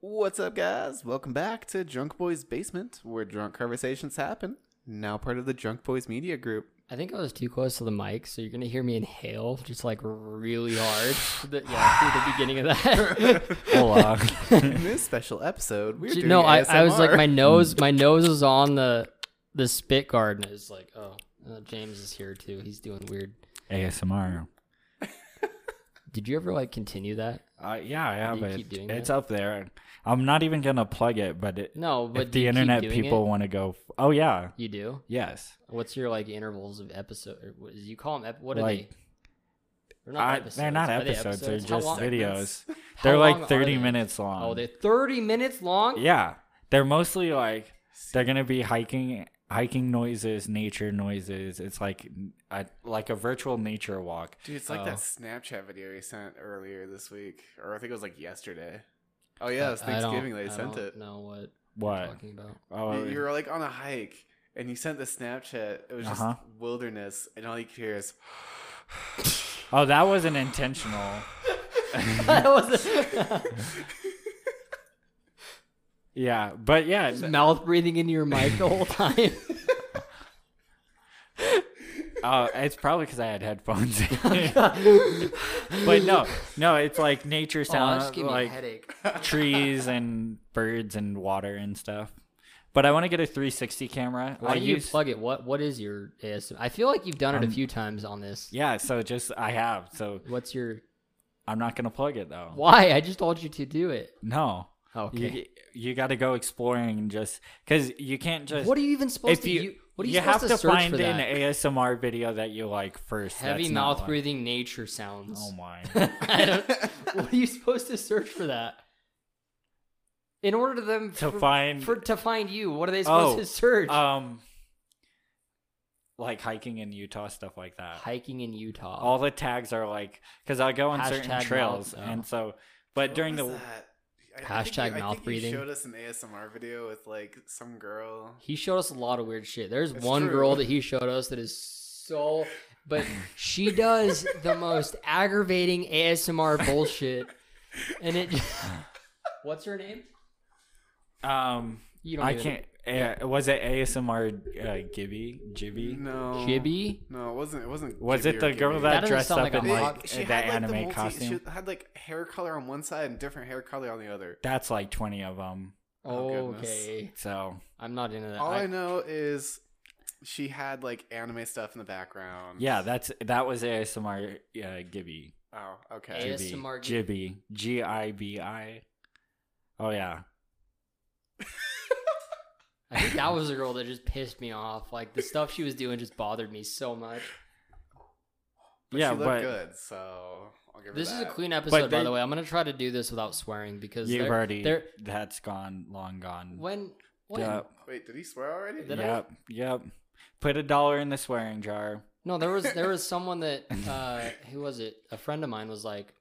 What's up, guys? Welcome back to Drunk Boys Basement, where drunk conversations happen. Now part of the Drunk Boys Media Group. I think I was too close to the mic, so you're gonna hear me inhale just like really hard. through the, yeah, through the beginning of that. Hola. In this special episode, we're doing no, I, I was like ASMR. my nose, my nose is on the the spit guard, and it's like, oh, uh, James is here too. He's doing weird. ASMR. Did you ever like continue that? Uh, yeah, I have You it. keep doing It's up there. I'm not even gonna plug it, but it, No, but if do the you keep internet doing people it? want to go, f- oh yeah, you do. yes. What's your like intervals of episode? Or what, you call them? Ep- what are Like, they? They're I, they're not Are they episodes. They're episodes? How just long- videos. how They're long like are 30 they? minutes long. Oh, they're 30 minutes long. yeah, they're mostly like they're gonna be hiking, hiking noises, nature noises. It's like a, like a virtual nature walk. Dude, it's like Oh. that Snapchat video you sent earlier this week, or I think it was like yesterday. Oh yeah, it was I- I don't- Thanksgiving. They I sent don't it. Know what I'm What? talking about? Oh, You, you were like on a hike, and you sent the Snapchat. It was just Uh-huh. wilderness, and all you could hear is oh, that wasn't intentional. That was Yeah, but yeah, a- mouth breathing into your mic the whole time. Uh, it's probably because I had headphones. but no, no, it's like Oh, nature sounds, like headache. trees and birds and water and stuff. But I want to get a 360 camera. Why I do you plug it? What What is your ASMR? I feel like you've done it a few times on this. Yeah, so just I have. So What's your I'm not gonna plug it though. why? I just told you to do it. No, Okay. you, you got to go exploring and just because you can't just. what are you even supposed if to? you, You, what are you, you supposed have to to search find for an that? ASMR video that you like first. Heavy That's not mouth one. breathing nature sounds. Oh my. I don't- what are you supposed to search for that? In order to them to for- find for to find you, what are they supposed Oh, to search? um like hiking in Utah stuff like that. Hiking in Utah. All the tags are like cuz I go on Hashtag certain trails mouth- oh. and so but during the What was that? I- I think Hashtag you- I mouth think breathing. You showed us an ASMR video with like some girl. He showed us a lot of weird shit. There's It's one true. girl that he showed us that is so, but she does the most aggravating ASMR bullshit, and it. What's her name? um You don't. I even- can't uh, was it ASMR uh, Gibby Gibby No, Gibby. No, it wasn't. It wasn't. was Gibby it or the girl Gibby. That that, doesn't dressed sound up like a in hog. like It- she that had, like, anime the multi- costume? She had like hair color on one side and different hair color on the other. That's like 20 of them. Oh, goodness. okay, So, I'm not into that. All I, I- know is she had like anime stuff in the background. yeah, that's that was ASMR uh, Gibby. Oh, okay. AS- Gibby. ASMR Gibby. G I B I. Oh yeah. I think that was the girl that just pissed me off. Like the stuff she was doing just bothered me so much. But yeah, she looked but good, so I'll give her This is a that. clean episode, by they- the way. I'm gonna try to do this without swearing because You've they're, already. they're- that's gone, long gone. when when Yep. Wait, did he swear already? Did I? yep. Yep. Put a dollar in the swearing jar. No, there was there was someone that uh who was it? A friend of mine was like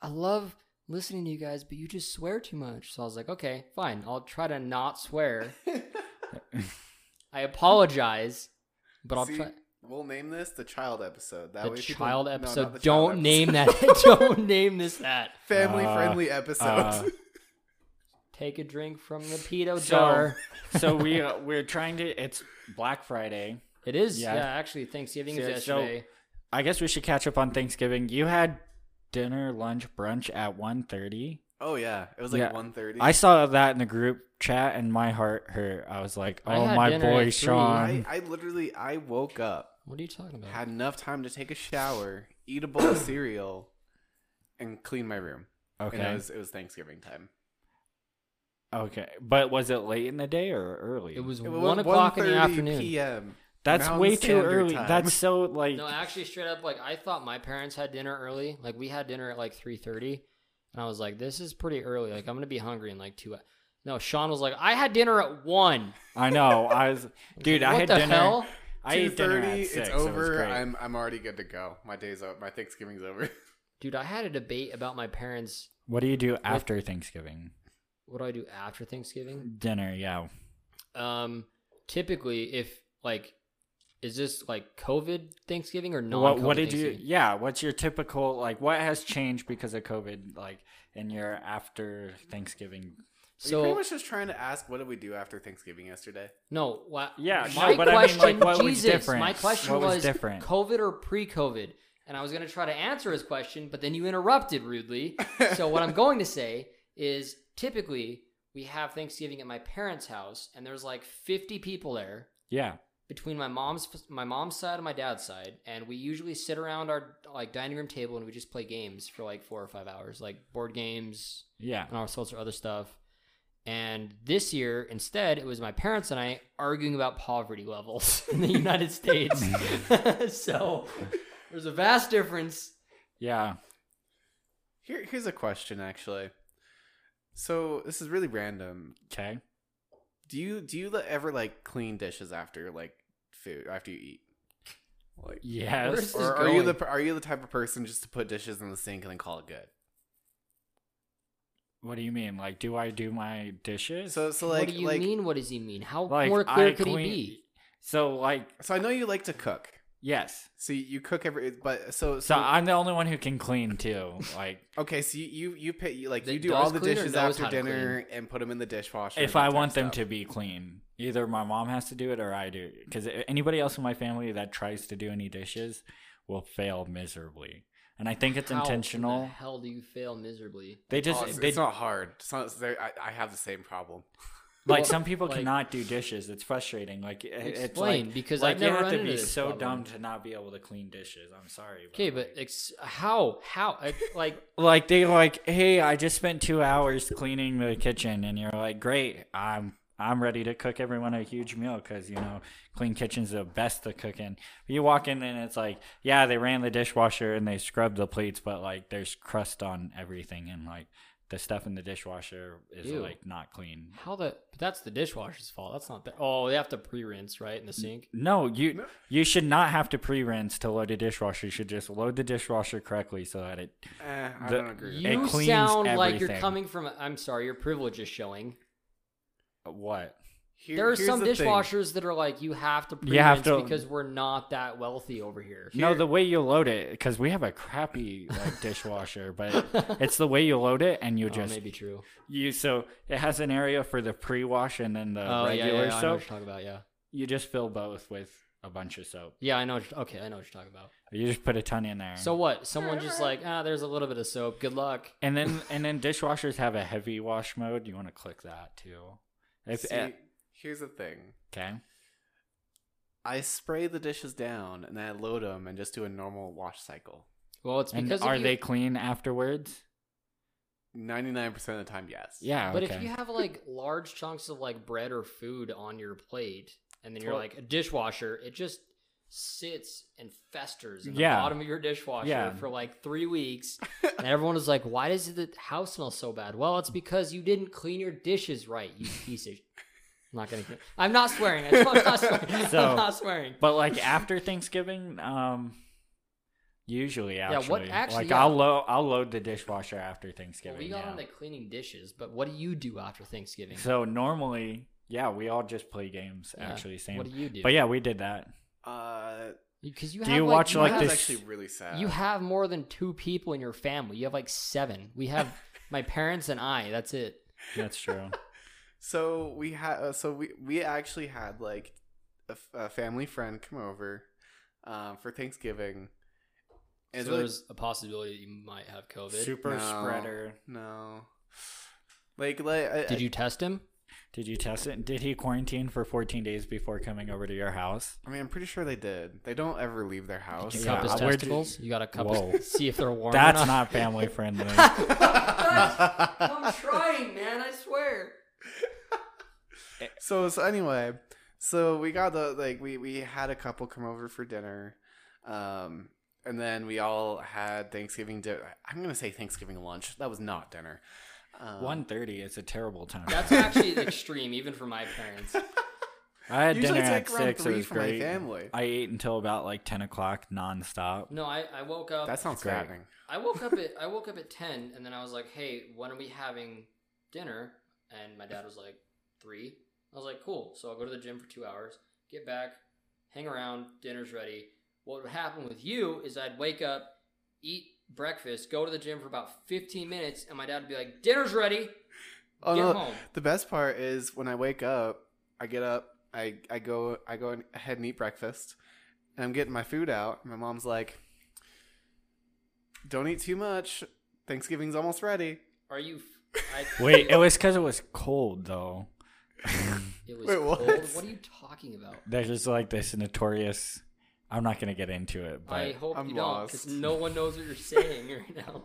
I love listening to you guys, but you just swear too much. So I was like, okay, fine. I'll try to not swear. I apologize, but I'll See, try We'll name this the child episode. That the way people- child No, not episode. the child don't episode. name that. don't name this that. family Uh, friendly episode. uh, Take a drink from the pedo So- jar. So we uh, we're trying to. It's Black Friday. It is yeah. Yeah. actually Thanksgiving is Yeah, so- yesterday. I guess we should catch up on Thanksgiving. You had dinner, lunch, brunch at 1.30. oh yeah, it was like Yeah. 1.30. I saw that in the group chat, and my heart hurt. I was like, I "Oh, had my dinner at boy three. Sean." I, I literally I woke up, What are you talking about? had enough time to take a shower, eat a bowl of cereal, and clean my room. And it okay, was it was Thanksgiving time. okay, but was it late in the day or early? it was It was one o'clock in the 1:30 afternoon. PM. That's Mountain way too Standard early. Time. That's so like. No, actually, straight up, like I thought my parents had dinner early. Like we had dinner at like three thirty, and I was like, "This is pretty early. Like I'm gonna be hungry in like two." hou-" No, Sean was like, "I had dinner at one." I know. I was, dude. I What had the dinner. hell? I ate dinner at 2:30, six. It's It was over. great. I'm I'm already good to go. My day's over. My Thanksgiving's over. Dude, I had a debate about my parents. What do you do after Thanksgiving? What do I do after Thanksgiving? Dinner, yeah. Um, typically, if like is this like COVID Thanksgiving or non? what what did you yeah what's your typical like what has changed because of covid like in your after thanksgiving So pretty So much just trying to ask, what did we do after Thanksgiving yesterday? no, what? Yeah, no, my but I mean, like, question, what was Jesus, different? my question What was was, different? COVID or pre-COVID, and I was gonna try to answer his question, but then you interrupted rudely. so what I'm going to say is, typically we have Thanksgiving at my parents' house, and there's like 50 people there. yeah between my mom's my mom's side and my dad's side, and we usually sit around our like dining room table and we just play games for like four or five hours, like board games yeah and all sorts of other stuff. And this year, instead, it was my parents and I arguing about poverty levels in the United States. so there's a vast difference. yeah Here, here's a question actually. So this is really random. okay Do you do you le- ever like clean dishes after like food after you eat? Like, yes Where's- or is are you going. the are you the type of person just to put dishes in the sink and then call it good? what do you mean like do i do my dishes So so like what do you like mean? What does he mean? How like more clear I could clean- he be? so like so I know you like to cook. yes So you cook every but so so, so i'm the only one who can clean too like okay so you you, you pay you like That you do all does the clean or dishes knows after how to dinner and put them in the dishwasher. if I want them to be clean, either my mom has to do it or I do. Because anybody else in my family that tries to do any dishes will fail miserably, and I think it's How in the intentional. hell do you fail miserably? They just Oh, it's, they it's not hard. It's not, it's very- I, I have the same problem. like Well, some people like- cannot do dishes. It's frustrating. Like it- it's Explain, like, because like I've you never run have to into be this so problem. dumb to not be able to clean dishes. I'm sorry. Okay, but ex- how how I- like like they like, hey, I just spent two hours cleaning the kitchen, and you're like, great, I'm I'm ready to cook everyone a huge meal because you know clean kitchen's the best to cook in. But you walk in and it's like, yeah, they ran the dishwasher and they scrubbed the plates, but like there's crust on everything, and like the stuff in the dishwasher is Ew. like not clean. How the? But that's the dishwasher's fault. That's not the. Oh, they have to pre-rinse right in the sink. No, you you should not have to pre-rinse to load a dishwasher. You should just load the dishwasher correctly so that it. Eh, I The- don't agree. With It You cleans sound like you're everything. coming from. a- I'm sorry, your privilege is showing. What? Here- there are here's some the thing. dishwashers that are like you have to pre-rinse You have to- because we're not that wealthy over here. No, the way you load it, because we have a crappy like dishwasher, but it's the way you load it, and you oh, just maybe true. you so it has an area for the pre-wash and then the Oh yeah, yeah, yeah, I regular know what soap. you're talking about. Yeah, You just fill both with a bunch of soap. yeah, I know. what you're- Okay, I know what you're talking about. You just put a ton in there. So what? Someone just like ah, there's a little bit of soap. Good luck. and then and then dishwashers have a heavy wash mode. You want to click that too. If, See, eh, here's the thing. okay. I spray the dishes down and then I load them and just do a normal wash cycle. Well, it's And because if are you- they clean afterwards? Ninety nine percent of the time, yes. Yeah. But Ah, okay. if you have like large chunks of like bread or food on your plate, and then you're Well- like a dishwasher, it just sits and festers in the Yeah. bottom of your dishwasher Yeah. for like three weeks. and everyone is like, "Why does the house smell so bad?" Well, it's because you didn't clean your dishes right, you piece of. I'm not gonna. I'm not swearing. I'm not swearing. So- I'm not swearing. But like after Thanksgiving, um, usually actually, what- actually, like yeah. I'll load I'll load the dishwasher after Well, Thanksgiving. we got yeah. on the cleaning dishes, but what do you do after Thanksgiving? so normally, yeah, we all just play games. Yeah. Actually, same. What do you do? But yeah, we did that. Uh, because you do have, you like, watch, like, have- that's this- actually really sad. You have more than two people in your family. You have like seven. We have my parents and I. That's it. That's true. So we had. Uh, so we we actually had like a, f- a family friend come over, um, for Thanksgiving. And so like- there's a possibility that you might have COVID. Super No. spreader. no, like like I, Did you test him? Did you test it? Did he quarantine for 14 days before coming over to your house? I mean, I'm pretty sure they did. They don't ever leave their house. Yeah. cup his I- we're- testicles. You got a cup. Whoa. Of, see if they're warm. That's or not family friendly. I'm trying, man. I swear. so so anyway, so we got the like we we had a couple come over for dinner, um, and then we all had Thanksgiving dinner. I'm gonna say Thanksgiving lunch. That was not dinner. Um, 1:30 is a terrible time. That's actually extreme, even for my parents. I had Usually dinner it's at like around six. It three was for my great. family. I ate until about like 10 o'clock nonstop. No, I, I woke up. that sounds Great. fattening. I woke up at I woke up at ten, and then I was like, "Hey, when are we having dinner?" And my dad was like, three. I was like, "Cool." So I'll go to the gym for two hours, get back, hang around, dinner's ready. What would happen with you is I'd wake up, eat breakfast, go to the gym for about 15 minutes, and my dad would be like, dinner's ready, Oh get no! home. The best part is when I wake up, I get up, I I go I go ahead and eat breakfast, and I'm getting my food out. My mom's like, "Don't eat too much. Thanksgiving's almost ready." Are you. f- I, Wait, it was because it was cold though. It was Wait, cold. what? What are you talking about? There's just like this notorious. I'm not gonna get into it, but I hope I'm you don't, lost. because no one knows what you're saying right now.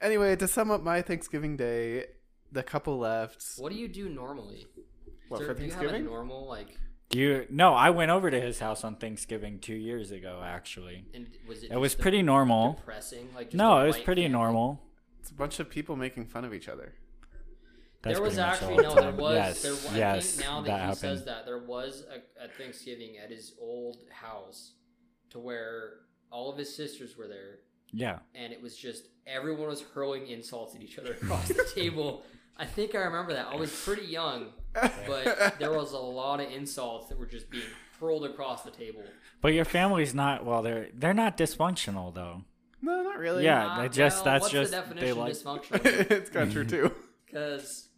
Anyway, to sum up my Thanksgiving day, the couple left. What do you do normally? What Is for there- do you have a Thanksgiving? normal like, you no, I went over to his house on Thanksgiving two years ago. Actually, and was it? it was just a pretty normal. depressing. Like just No, a it was white pretty family? normal. It's a bunch of people making fun of each other. That's there was pretty much actually all no, the there time. was Yes, there was. I yes, think now that, that he happened. says that there was a, a Thanksgiving at his old house, to where all of his sisters were there, Yeah, and it was just everyone was hurling insults at each other across the table. I think I remember that. I was pretty young, but there was a lot of insults that were just being hurled across the table. but your family's not. Well, they're they're not dysfunctional though. No, not really. Yeah. they just- that's Ah, what's just- the they definition like- of dysfunctional it's kind of true too. because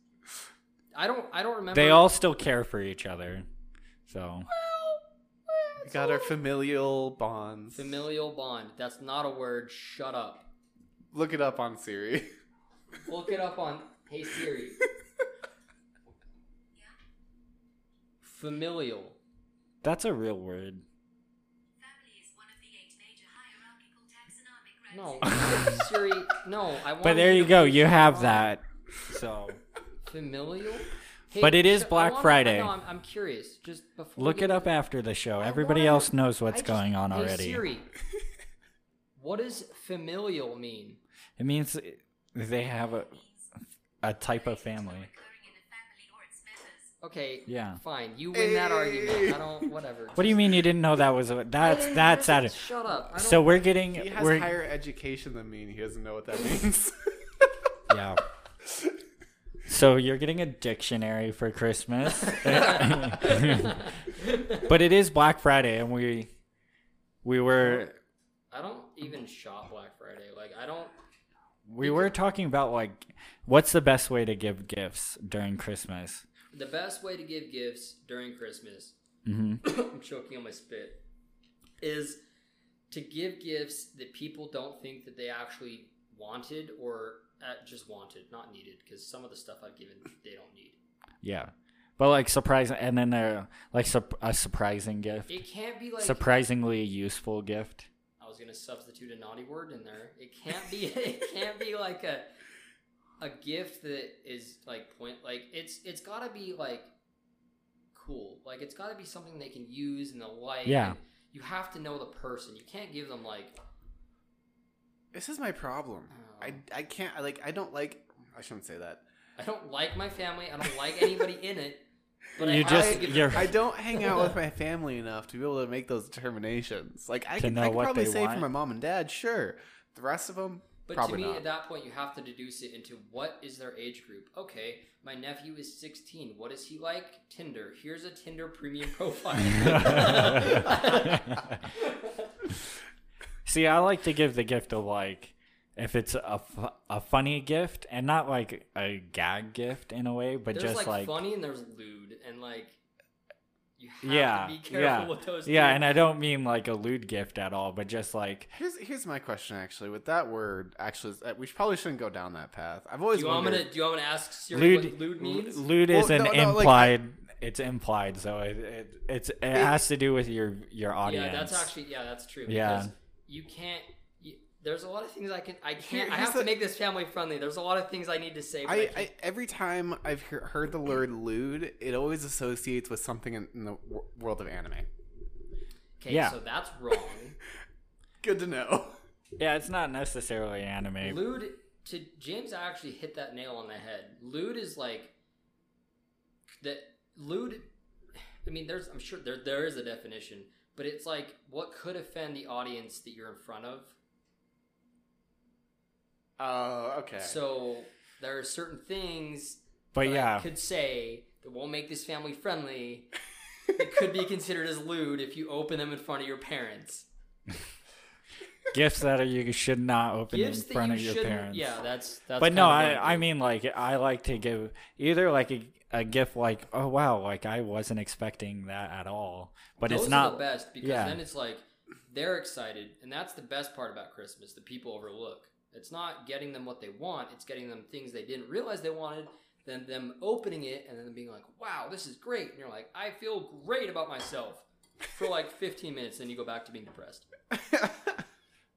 I don't I don't remember They all still care for each other. So We got our familial bonds. familial bond. That's not a word. Shut up. Look it up on Siri. Look it up on Hey Siri. Familial. that's a real word. Family is one of the eight major hierarchical taxonomic No, ranks. Siri. No, I want. But there you to go. finish You the have bond. that. So Familial. Hey, But it is I Black want- Friday. No, I'm, I'm curious. Just before. look we it get- up after the show. I Everybody wanna- else knows I what's just- going on Hey, already. Siri. What does familial mean? It means they have a a type of family. Occurring in a family or its members. Okay. Yeah. Fine. You win that argument. I don't. Whatever. What do you mean you didn't know that was a that's that's at it. Shut up. I don't So we're getting He has we're higher education than me, and he doesn't know what that means. yeah. So you're getting a dictionary for Christmas. but it is Black Friday and we we were I don't even shop Black Friday. Like I don't. we were talking about like what's the best way to give gifts during Christmas? The best way to give gifts during Christmas, I'm choking on my spit, is to give gifts that people don't think that they actually wanted or uh, just wanted, not needed. Because some of the stuff I've given, they don't need. Yeah. But like surprising and then they're like sup- a surprising gift. It can't be like Surprisingly useful gift. I was gonna substitute a naughty word in there. It can't be. It can't be like a a gift that is like point. Like it's it's gotta be like cool. Like it's gotta be something they can use and they'll like. Yeah. You have to know the person. You can't give them like This is my problem. I I can't I, like I don't like I shouldn't say that. I don't like my family. I don't like anybody in it. But I You have just- to give you're- them- I don't hang out with my family enough to be able to make those determinations. Like I To can, know I can what probably they say want. for my mom and dad, sure. The rest of them, But probably to me, not. at that point, you have to deduce it into what is their age group. Okay, my nephew is 16. What is he like? Tinder. Here's a Tinder premium profile. See, I like to give the gift of like if it's a, fu- a funny gift and not like a gag gift in a way, but there's like, just like, funny and there's lewd and like you have yeah, to be careful yeah, with those. yeah. two. And I don't mean like a lewd gift at all, but just like here's here's my question actually. With that word, actually, uh, we probably shouldn't go down that path. I've always do you want me wondered. to do you want me to ask Siri lewd. what lewd means? Lewd Well, is an no, no, like- implied. it's implied, so it, it it's it has to do with your your audience. yeah, that's actually yeah, that's true. Yeah. because you can't. You, there's a lot of things I can I Here- can't. I here's have the- to make this family friendly. There's a lot of things I need to say. But I, I, can't. I every time I've he- heard the word lewd, it always associates with something in, in the w- world of anime. okay, yeah. so that's wrong. Good to know. yeah. It's not necessarily anime. Lewd to James actually hit that nail on the head. Lewd is like that lewd I mean there's I'm sure there there is a definition, but it's like what could offend the audience that you're in front of. Oh, okay. So there are certain things but that I yeah, could say that won't make this family friendly It could be considered as lewd if you open them in front of your parents. Gifts that are, you should not open Gifts in that front you of your shouldn't. parents. Yeah, that's that's. but kind no, of I, what I do. mean like I like to give either like a, a gift like oh wow like I wasn't expecting that at all, but Those it's are not the best because yeah. then it's like they're excited, and that's the best part about Christmas. The people overlook. It's not getting them what they want; it's getting them things they didn't realize they wanted. Then them opening it and then being like, "Wow, this is great," and you're like, "I feel great about myself." For like 15 minutes, then you go back to being depressed.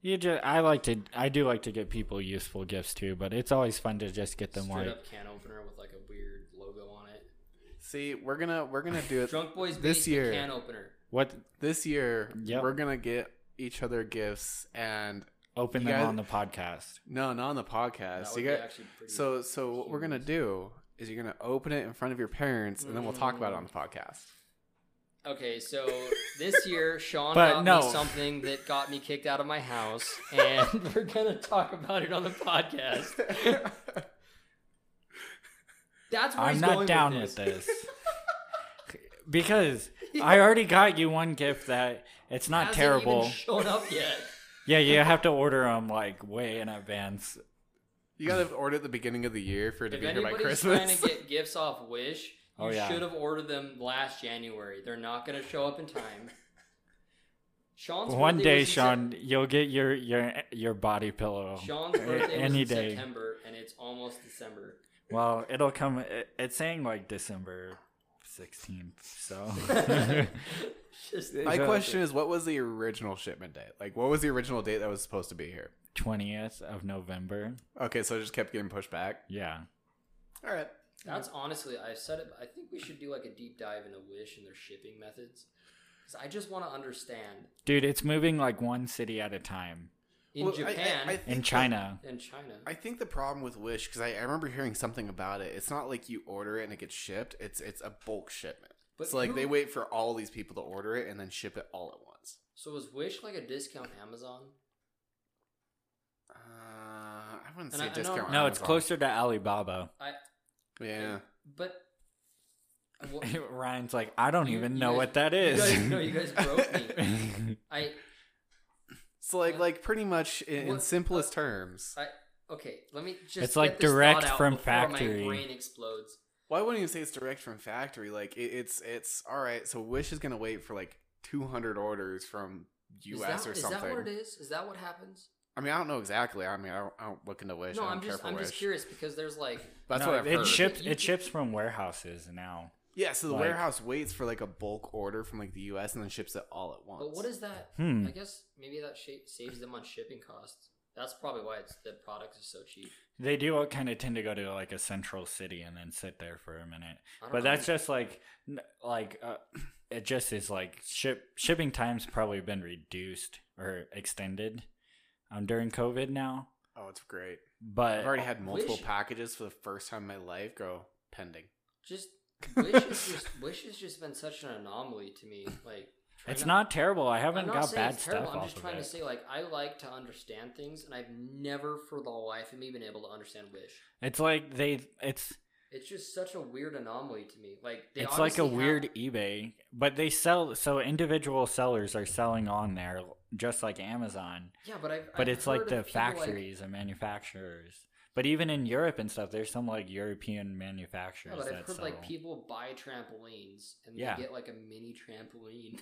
you just I like to I do like to get people useful gifts too, but it's always fun to just get them Straight like up can opener with like a weird logo on it. See, we're gonna we're gonna do it Drunk Boys This Basement year. can opener. what this year. Yep. We're gonna get each other gifts, and open You them guys- on the podcast. no, not on the That podcast. would You be got actually pretty- so so. What we're gonna huge. do is you're gonna open it in front of your parents, and then we'll talk about it on the Mm. podcast. Okay, so this year Sean But got no. me something that got me kicked out of my house, and we're gonna talk about it on the podcast. That's where I'm he's not going down with with this. this. because I already got you one gift that it's not Hasn't terrible. Even shown up yet? yeah, you have to order them like way in advance. You gotta order at the beginning of the year for it to if be here by anybody's trying Christmas. to get gifts off Wish, you Oh, yeah. should have ordered them last January. They're not gonna show up in time. Sean's One birthday day, was in Sep- Sean, you'll get your your your body pillow. Sean's birthday was Any in day. September, and it's almost December. Well, it'll come. it- It's saying like December sixteenth. So Just My question is, what was the original shipment date? Like, what was the original date that was supposed to be here? twentieth of November. Okay, so it just kept getting pushed back. Yeah, All right. That's honestly, I said it. I think we should do like a deep dive into Wish and their shipping methods, because I just want to understand dude, it's moving like one city at a time in Well, I- I- Japan I think in that- China. and China. I think the problem with Wish, because I, I remember hearing something about it. It's not like you order it and it gets shipped. It's it's a bulk shipment. But it's like who- they wait for all these people to order it and then ship it all at once. so was Wish like a discount Amazon? Uh, I wouldn't And say I- I know- discount. No, it's Amazon. closer to Alibaba. I Yeah. but well, Ryan's like, I don't you- even you know guys- what that you is. guys- no, you guys broke me. I So like like pretty much in, in What- uh, simplest terms. I okay. Let me just. It's like get this direct thought out from before factory. My brain explodes. Well, I wouldn't even say it's direct from factory. Like it, it's it's all right. So Wish is gonna wait for like 200 orders from Is U.S. that- or something. Is that what it is? Is that what happens? I mean, I don't know exactly. I mean, I don't, I don't look into Wish. no, I don't I'm care just for I'm Wish. just curious because there's like That's No, what I've it heard. shipped. You- It ships from warehouses now. yeah, so the like- warehouse waits for like a bulk order from like the U.S. and then ships it all at once. But what is that? Hmm. I guess maybe that shape saves them on shipping costs. That's probably why it's the product is so cheap. They do kind of tend to go to like a central city and then sit there for a minute. I don't But know. that's just like, n- like uh, it just is like ship shipping times probably been reduced or extended um, during COVID now. Oh, it's great. But I've already had multiple Wish- packages for the first time in my life go pending. just Wish has just Wish has just been such an anomaly to me. Like trying it's to- not terrible. I I'm haven't not got saying bad it's stuff terrible. I'm off just of trying it. to say like I like to understand things, and I've never for the life of me been able to understand Wish. It's like they. It's It's just such a weird anomaly to me. Like they it's like a obviously have- weird eBay, but they sell. So individual sellers are selling on there, just like Amazon. yeah, but I but I've it's like heard the of people, like- factories and manufacturers. But even in Europe and stuff, there's some like European Yeah, manufacturers but I've that heard sell. like people buy trampolines and Yeah. they get like a mini trampoline.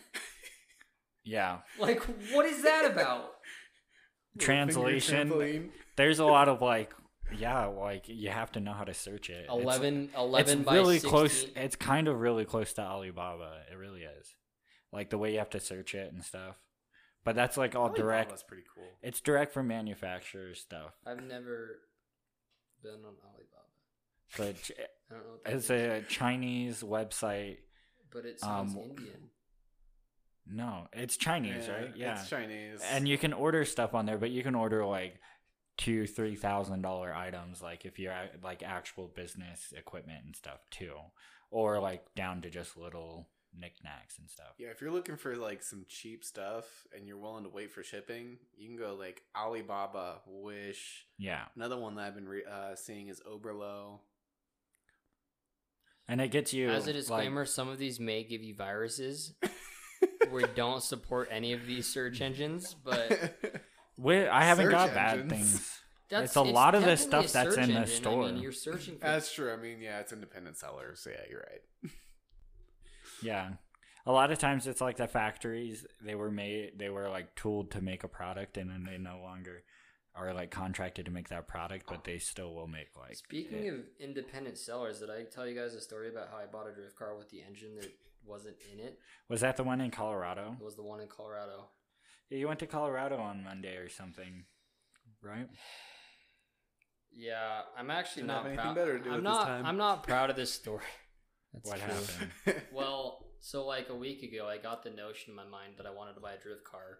yeah, like what is that about? translation. There's a lot of like, yeah, like you have to know how to search it. It's- 11, It's, 11 by really 16. close. It's kind of really close to Alibaba. It really is. Like the way you have to search it and stuff. But that's like all direct. That's pretty cool. It's direct from manufacturers stuff. I've never been on Alibaba. But I don't know. What that it's means, a Chinese website. but it sounds um, Indian. No, it's Chinese, right? Yeah. it's Chinese. and you can order stuff on there but you can order like two three thousand dollar items like if you're at, like actual business equipment and stuff too or like down to just little knickknacks and stuff Yeah, if you're looking for like some cheap stuff and you're willing to wait for shipping, you can go like Alibaba, Wish. yeah Another one that I've been re- uh, seeing is Oberlo. and it gets you As a like- disclaimer, some of these may give you viruses. we don't support any of these search engines, but we, I haven't Search got bad engines. things. that's It's a lot of the definitely stuff a that's search in the engine. I store. mean, you're searching for That's true. I mean, yeah, it's independent sellers. yeah, you're right. Yeah. A lot of times it's like the factories they were made they were like tooled to make a product and then they no longer are like contracted to make that product, but they still will make like Speaking it. of independent sellers, did I tell you guys a story about how I bought a drift car with the engine that wasn't in it? was that the one in Colorado? It was the one in Colorado. Yeah, you went to Colorado on Monday or something, right? Yeah, I'm actually Didn't not have anything proud. better to do I'm with this not. time. I'm not proud of this story. That's what true. happened? Well, so like a week ago, I got the notion in my mind that I wanted to buy a drift car.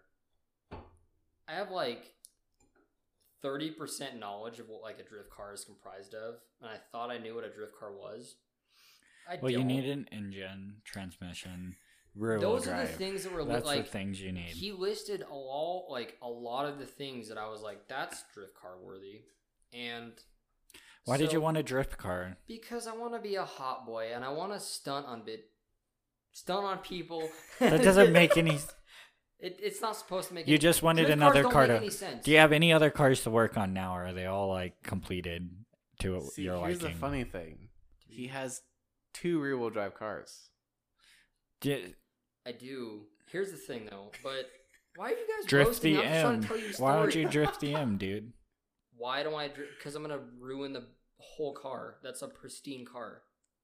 I have like thirty percent knowledge of what like a drift car is comprised of, and I thought I knew what a drift car was. I Well, you don't. need an engine, transmission, rear wheel Those are drive. the things that were li- That's like the things you need. he listed a all like a lot of the things that I was like, that's drift car worthy. And Why did so- you want a drift car? Because I want to be a hot boy and I want to stunt on bit, stunt on people. That doesn't make any. It, it's not supposed to make. You any- just wanted drift cars another don't car make to. Any sense. Do you have any other cars to work on now, or are they all like completed to See, your here's liking? the funny thing. He has two rear-wheel drive cars. Di- I do. Here's the thing though, but why are you guys drift roasting the me? I'm just trying M. to tell you a Why don't story. you drift the M, dude? Why don't I? Because I'm gonna ruin the whole car. That's a pristine car.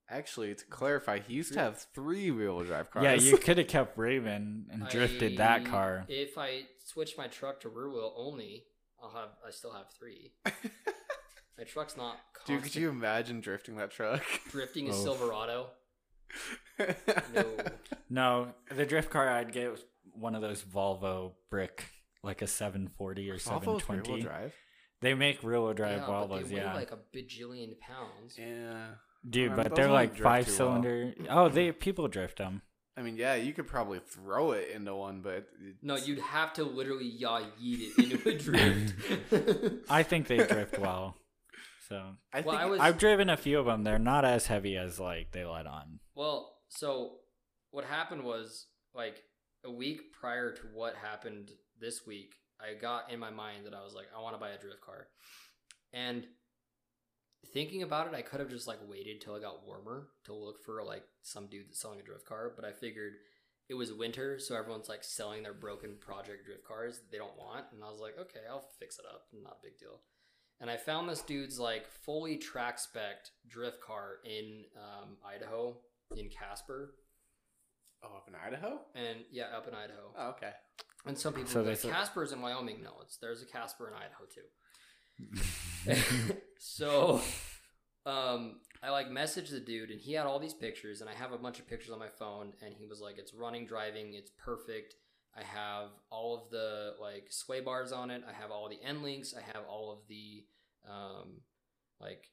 Actually, to clarify, he used to have three wheel drive cars. Yeah, you could have kept Raven and drifted that I- car. If I switch my truck to rear wheel only, I'll have I still have three. my truck's not Dude, could constant. you imagine drifting that truck? drifting a Oh. Silverado? No. No, the drift car I'd get was one of those Volvo brick, like a 740 or Volvo's rear-wheel 720. drive. They make rear wheel drive yeah, but they Volvos, weigh yeah. like a bajillion pounds. Yeah. Dude, Um, but those they're don't like drift five too well. cylinder. Oh, they people drift them. I mean, yeah, you could probably throw it into one, but it's- No, you'd have to literally yaw yeet it into a drift. I think they drift well. So I well, I was I've driven a few of them. They're not as heavy as like they let on. well. So what happened was like a week prior to what happened this week, I got in my mind that I was like, I want to buy a drift car, and thinking about it, I could have just like waited till it got warmer to look for like some dude that's selling a drift car. But I figured it was winter, so everyone's like selling their broken project drift cars that they don't want. And I was like, okay, I'll fix it up. Not a big deal. And I found this dude's like fully track spec drift car in um, Idaho, in Casper, oh, up in Idaho. and yeah, up in Idaho. Oh, okay. And some people So so like, there's a- Casper's in Wyoming. No, it's there's a Casper in Idaho too. so um I like messaged the dude and he had all these pictures and I have a bunch of pictures on my phone and he was like it's running driving it's perfect I have all of the like sway bars on it I have all the end links I have all of the um like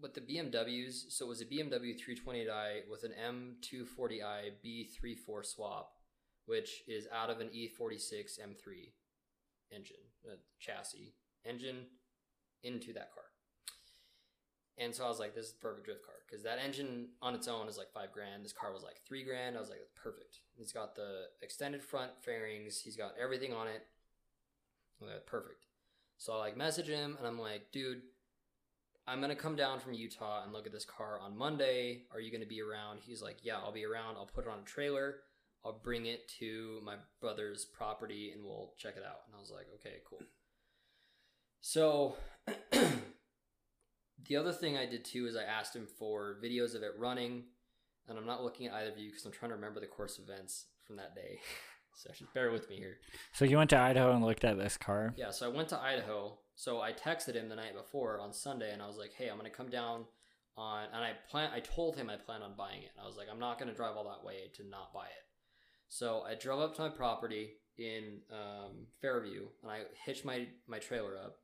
with the BMWs so it was a BMW 320i with an M240i B34 swap which is out of an E E46 M3 engine uh, chassis engine into that car. And so I was like, this is the perfect drift car because that engine on its own is like five grand. This car was like three grand. I was like, that's perfect. He's got the extended front fairings, he's got everything on it. I'm like, perfect. So I like message him and I'm like, dude, I'm gonna come down from Utah and look at this car on Monday. Are you gonna be around? He's like, yeah, I'll be around. I'll put it on a trailer. I'll bring it to my brother's property and we'll check it out. And I was like, okay, cool. So the other thing I did too is I asked him for videos of it running, and I'm not looking at either of you because I'm trying to remember the course events from that day. so just bear with me here. so you went to Idaho and looked at this car. Yeah, so I went to Idaho. So I texted him the night before on Sunday, and I was like, "Hey, I'm gonna come down on," and I plan. I told him I planned on buying it. And I was like, "I'm not gonna drive all that way to not buy it." So I drove up to my property in um, Fairview, and I hitched my my trailer up,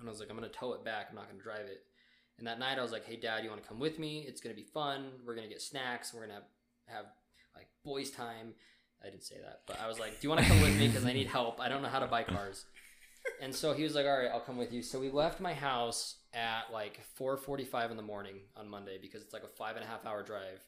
and I was like, "I'm gonna tow it back. I'm not gonna drive it." And that night, I was like, "Hey, Dad, you want to come with me? It's gonna be fun. We're gonna get snacks. We're gonna have, have like boys' time." I didn't say that, but I was like, "Do you want to come with me? Because I need help. I don't know how to buy cars." And so he was like, "All right, I'll come with you." So we left my house at like 4.45 in the morning on monday because it's like a five and a half hour drive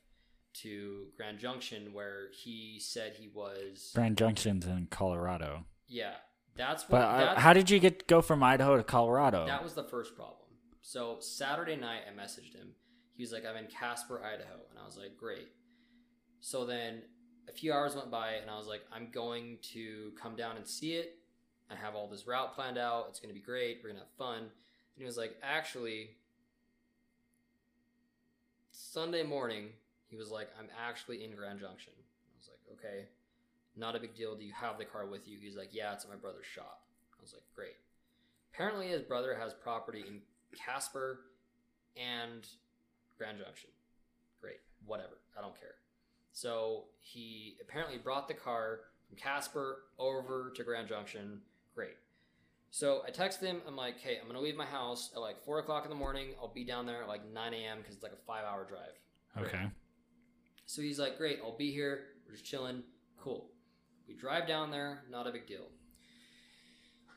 to grand junction where he said he was Grand Junction's in Colorado. yeah that's what But uh, that's- how did you get go from Idaho to Colorado? That was the first problem. So Saturday night, I messaged him. He was like, "I'm in Casper, Idaho," and I was like, "Great." So then a few hours went by, and I was like, "I'm going to come down and see it. I have all this route planned out. It's going to be great. We're going to have fun." And he was like, "Actually, Sunday morning." He was like, "I'm actually in Grand Junction." I was like, "Okay." Not a big deal. Do you have the car with you? He's like, Yeah, it's at my brother's shop. I was like, Great. Apparently, his brother has property in Casper and Grand Junction. Great, whatever. I don't care. So he apparently brought the car from Casper over to Grand Junction. Great. So I text him. I'm like, "Hey, I'm gonna leave my house at like four o'clock in the morning. I'll be down there at like 9 a.m. because it's like a five-hour drive." okay. So he's like, "Great, I'll be here. We're just chilling. Cool." We drive down there. Not a big deal.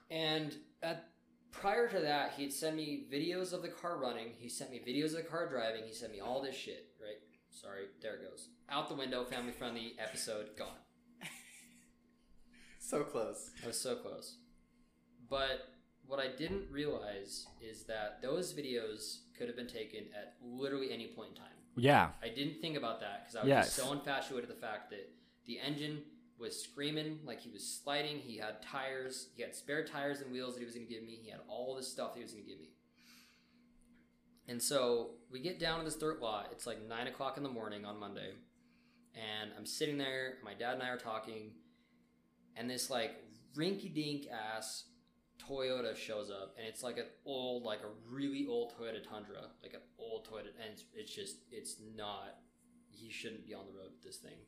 And at, prior to that, he'd send me videos of the car running. He sent me videos of the car driving. He sent me all this shit. Right? Sorry, there it goes. Out the window. Family friendly episode gone. So close. I was so close. But what I didn't realize is that those videos could have been taken at literally any point in time. Yeah. I didn't think about that because I was Yes. just so infatuated with the fact that the engine was screaming like he was sliding. He had tires, he had spare tires and wheels that he was going to give me. He had all this stuff he was going to give me. And so we get down to this dirt lot. It's like nine o'clock in the morning on Monday, and I'm sitting there. My dad and I are talking, and this like rinky-dink ass Toyota shows up, and it's like an old, like a really old Toyota Tundra, like an old Toyota, and it's, it's just, it's not. He shouldn't be on the road with this thing.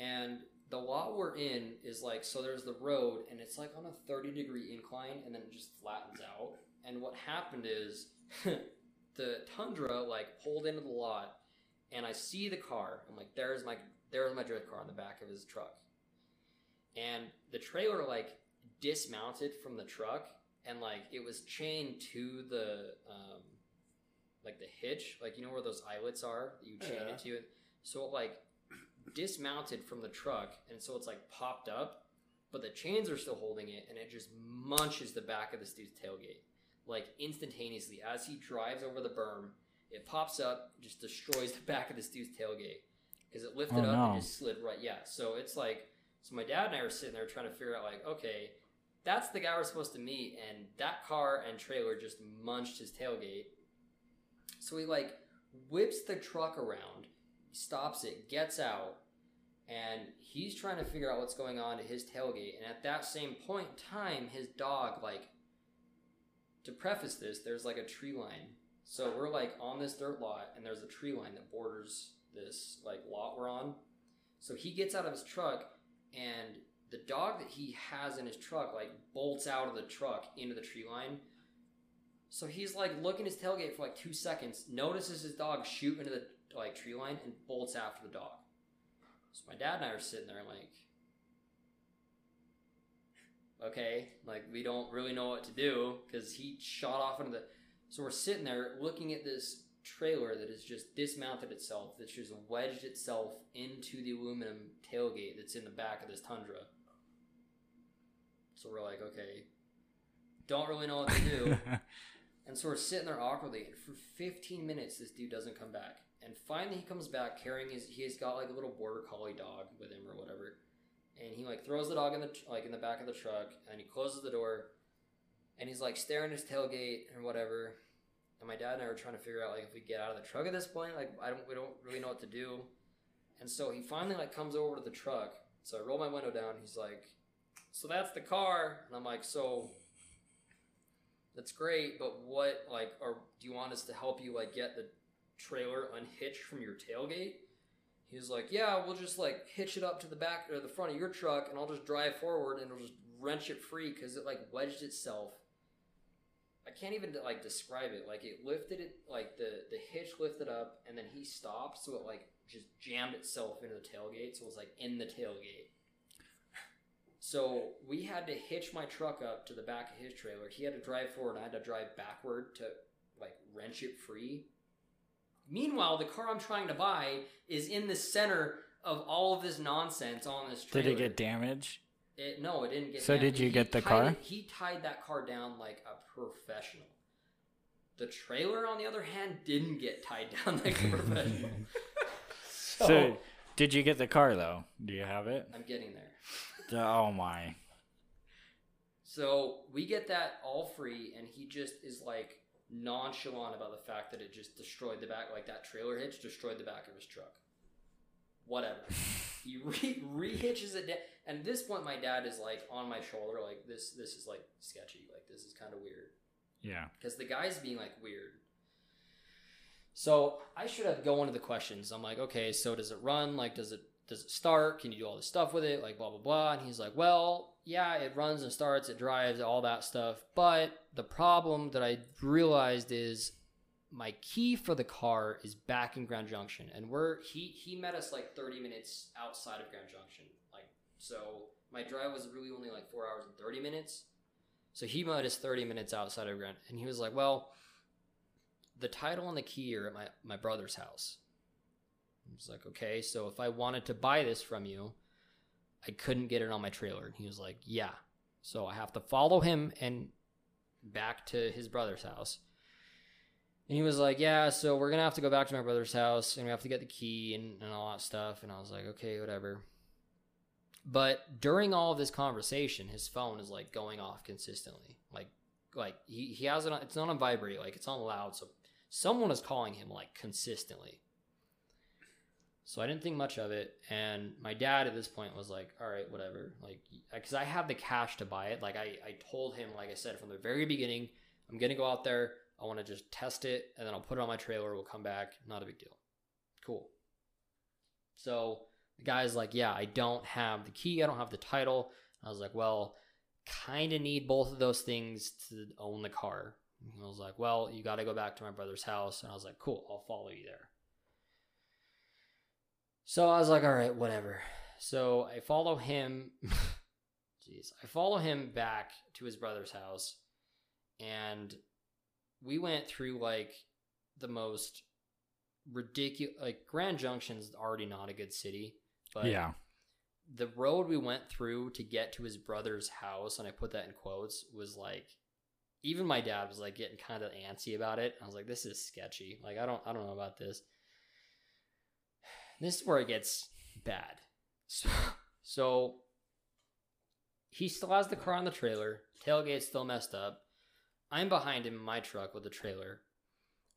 and the lot we're in is like, so there's the road, and it's like on a thirty degree incline, and then it just flattens out. And what happened is, the Tundra like pulled into the lot, and I see the car. I'm like, there's my, there's my drift car on the back of his truck, and the trailer like dismounted from the truck and like it was chained to the um like the hitch like you know where those eyelets are that you chain Yeah. it to so it like dismounted from the truck and so it's like popped up but the chains are still holding it and it just munches the back of this dude's tailgate like instantaneously as he drives over the berm it pops up just destroys the back of this dude's tailgate because it lifted Oh, up no. and just slid right yeah so it's like so my dad and I were sitting there trying to figure out like, okay, that's the guy we're supposed to meet, and that car and trailer just munched his tailgate. So he like whips the truck around, stops it, gets out, and he's trying to figure out what's going on to his tailgate. And at that same point in time, his dog like to preface this, there's like a tree line. So we're like on this dirt lot, and there's a tree line that borders this like lot we're on. So he gets out of his truck, and the dog that he has in his truck like bolts out of the truck into the tree line. So he's like looking his tailgate for like two seconds, notices his dog shoot into the like tree line, and bolts after the dog. So my dad and I are sitting there like, okay, like we don't really know what to do because he shot off into the. So we're sitting there looking at this trailer that has just dismounted itself, that's just wedged itself into the aluminum tailgate that's in the back of this Tundra. So we're like, okay, don't really know what to do. And so we're sitting there awkwardly, and for 15 minutes, this dude doesn't come back. And finally, he comes back carrying his. He has got like a little border collie dog with him or whatever, and he like throws the dog in the tr- like in the back of the truck, and he closes the door, and he's like staring at his tailgate and whatever. And my dad and I were trying to figure out like if we get out of the truck at this point, like I don't we don't really know what to do. And so he finally like comes over to the truck. So I roll my window down. He's like, "So that's the car," and I'm like, "So." that's great, but what like are do you want us to help you like get the trailer unhitched from your tailgate? He was like, Yeah, we'll just like hitch it up to the back or the front of your truck and I'll just drive forward and it'll just wrench it free because it like wedged itself. I can't even like describe it. Like it lifted it like the the hitch lifted up and then he stopped so it like just jammed itself into the tailgate so it was like in the tailgate. So we had to hitch my truck up to the back of his trailer. He had to drive forward, I had to drive backward to like wrench it free. Meanwhile, the car I'm trying to buy is in the center of all of this nonsense on this trailer. Did it get damaged? It, no, it didn't get. So did damaged. you He get the tied car? it- he tied that car down like a professional. The trailer, on the other hand, didn't get tied down like a professional. so, So, did you get the car though? Do you have it? I'm getting there. Oh my. So we get that all free, and he just is like nonchalant about the fact that it just destroyed the back, like that trailer hitch destroyed the back of his truck. Whatever. he re- rehitches it, da- and at this point, my dad is like on my shoulder, like this. This is like sketchy. Like this is kind of weird. Yeah. because the guy's being like weird. So I should have go into the questions. I'm like, okay, so does it run? Like, does it does it start? Can you do all this stuff with it? Like, blah blah blah. And he's like, well, yeah, it runs and starts, it drives, all that stuff. But the problem that I realized is my key for the car is back in Grand Junction, and we're he he met us like 30 minutes outside of Grand Junction. Like, so my drive was really only like four hours and 30 minutes. So he met us 30 minutes outside of Grand, and he was like, "Well, the title and the key are at my my brother's house." I was like, "Okay, so if I wanted to buy this from you, I couldn't get it on my trailer." And he was like, "Yeah, so I have to follow him and back to his brother's house." And he was like, "Yeah, so we're gonna have to go back to my brother's house, and we have to get the key and, and all that stuff." And I was like, "Okay, whatever." But during all of this conversation, his phone is like going off consistently. Like, like he, he has it. On, it's not on vibrate. Like it's on loud. So someone is calling him like consistently. So I didn't think much of it, and my dad at this point was like, "All right, whatever." Like, because I have the cash to buy it. Like I, I told him, like I said from the very beginning, I'm gonna go out there. I want to just test it, and then I'll put it on my trailer. We'll come back. Not a big deal. Cool. So the guy's like, Yeah, I don't have the key. I don't have the title. And I was like, Well, kind of need both of those things to own the car. And I was like, Well, you got to go back to my brother's house. And I was like, Cool, I'll follow you there. So I was like, All right, whatever. So I follow him. Jeez. I follow him back to his brother's house. And we went through like the most ridiculous like grand junction's already not a good city but yeah. the road we went through to get to his brother's house and i put that in quotes was like even my dad was like getting kind of antsy about it i was like this is sketchy like i don't i don't know about this this is where it gets bad so, so he still has the car on the trailer tailgate's still messed up i'm behind him in my truck with the trailer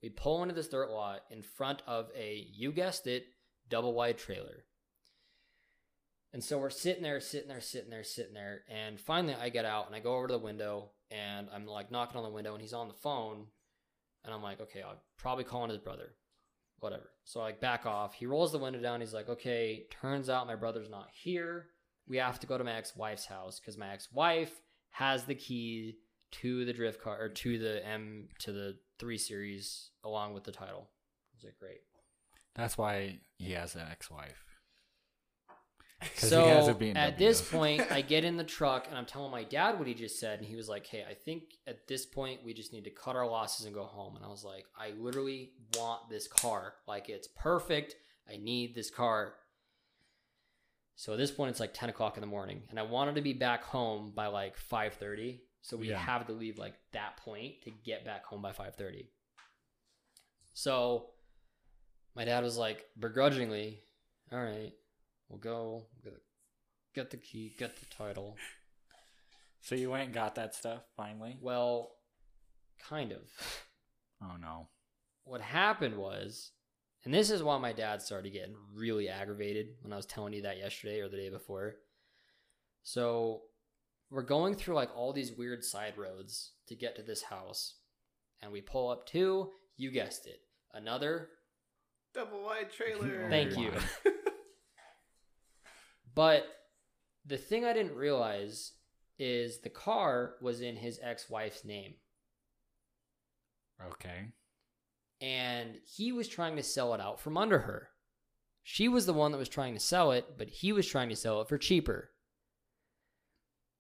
we pull into this dirt lot in front of a you guessed it double wide trailer and so we're sitting there, sitting there, sitting there, sitting there. And finally, I get out and I go over to the window and I'm like knocking on the window and he's on the phone. And I'm like, okay, I'll probably calling his brother. Whatever. So I like back off. He rolls the window down. He's like, okay, turns out my brother's not here. We have to go to my ex wife's house because my ex wife has the key to the drift car or to the M to the 3 series along with the title. I was like, great. That's why he has an ex-wife. 'Cause So he has a at BMW. this point, I get in the truck and I'm telling my dad what he just said, and he was like, "Hey, I think at this point we just need to cut our losses and go home." And I was like, "I literally want this car. Like it's perfect. I need this car." So at this point, it's like 10 o'clock in the morning, and I wanted to be back home by like 5:30. So we Yeah. have to leave like that point to get back home by 5:30. So my dad was like, begrudgingly, all right, we'll go get the, get the key, get the title. So you went and got that stuff finally? Well, kind of. Oh no. What happened was, and this is why my dad started getting really aggravated when I was telling you that yesterday or the day before. So we're going through like all these weird side roads to get to this house, and we pull up to, you guessed it, another Double wide trailer. Thank you. But the thing I didn't realize is the car was in his ex wife's name. Okay. And he was trying to sell it out from under her. She was the one that was trying to sell it, but he was trying to sell it for cheaper.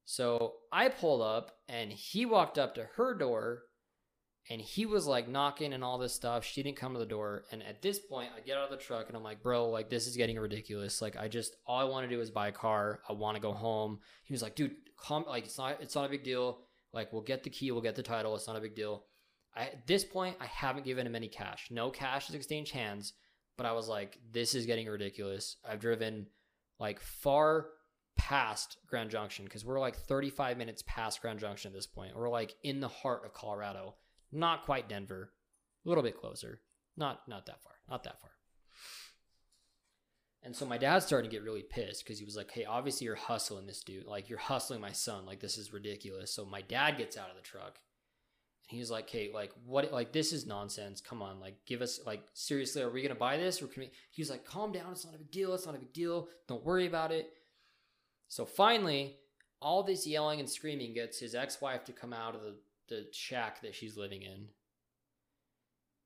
So I pulled up and he walked up to her door and he was like knocking and all this stuff. She didn't come to the door. And at this point, I get out of the truck and I'm like, bro, like this is getting ridiculous. Like I just all I want to do is buy a car. I want to go home. He was like, dude, calm like it's not it's not a big deal. Like we'll get the key, we'll get the title, it's not a big deal. I, at this point, I haven't given him any cash. No cash has exchanged hands, but I was like, this is getting ridiculous. I've driven like far past Grand Junction because we're like 35 minutes past Grand Junction at this point. We're like in the heart of Colorado, not quite Denver, a little bit closer, not not that far, not that far. And so my dad's starting to get really pissed because he was like, "Hey, obviously you're hustling this dude. Like you're hustling my son. Like this is ridiculous." So my dad gets out of the truck and he's like, "Hey, like what? Like this is nonsense. Come on, like give us like seriously, are we gonna buy this or can we?" He was like, "Calm down. It's not a big deal. It's not a big deal. Don't worry about it." So finally, all this yelling and screaming gets his ex-wife to come out of the the shack that she's living in.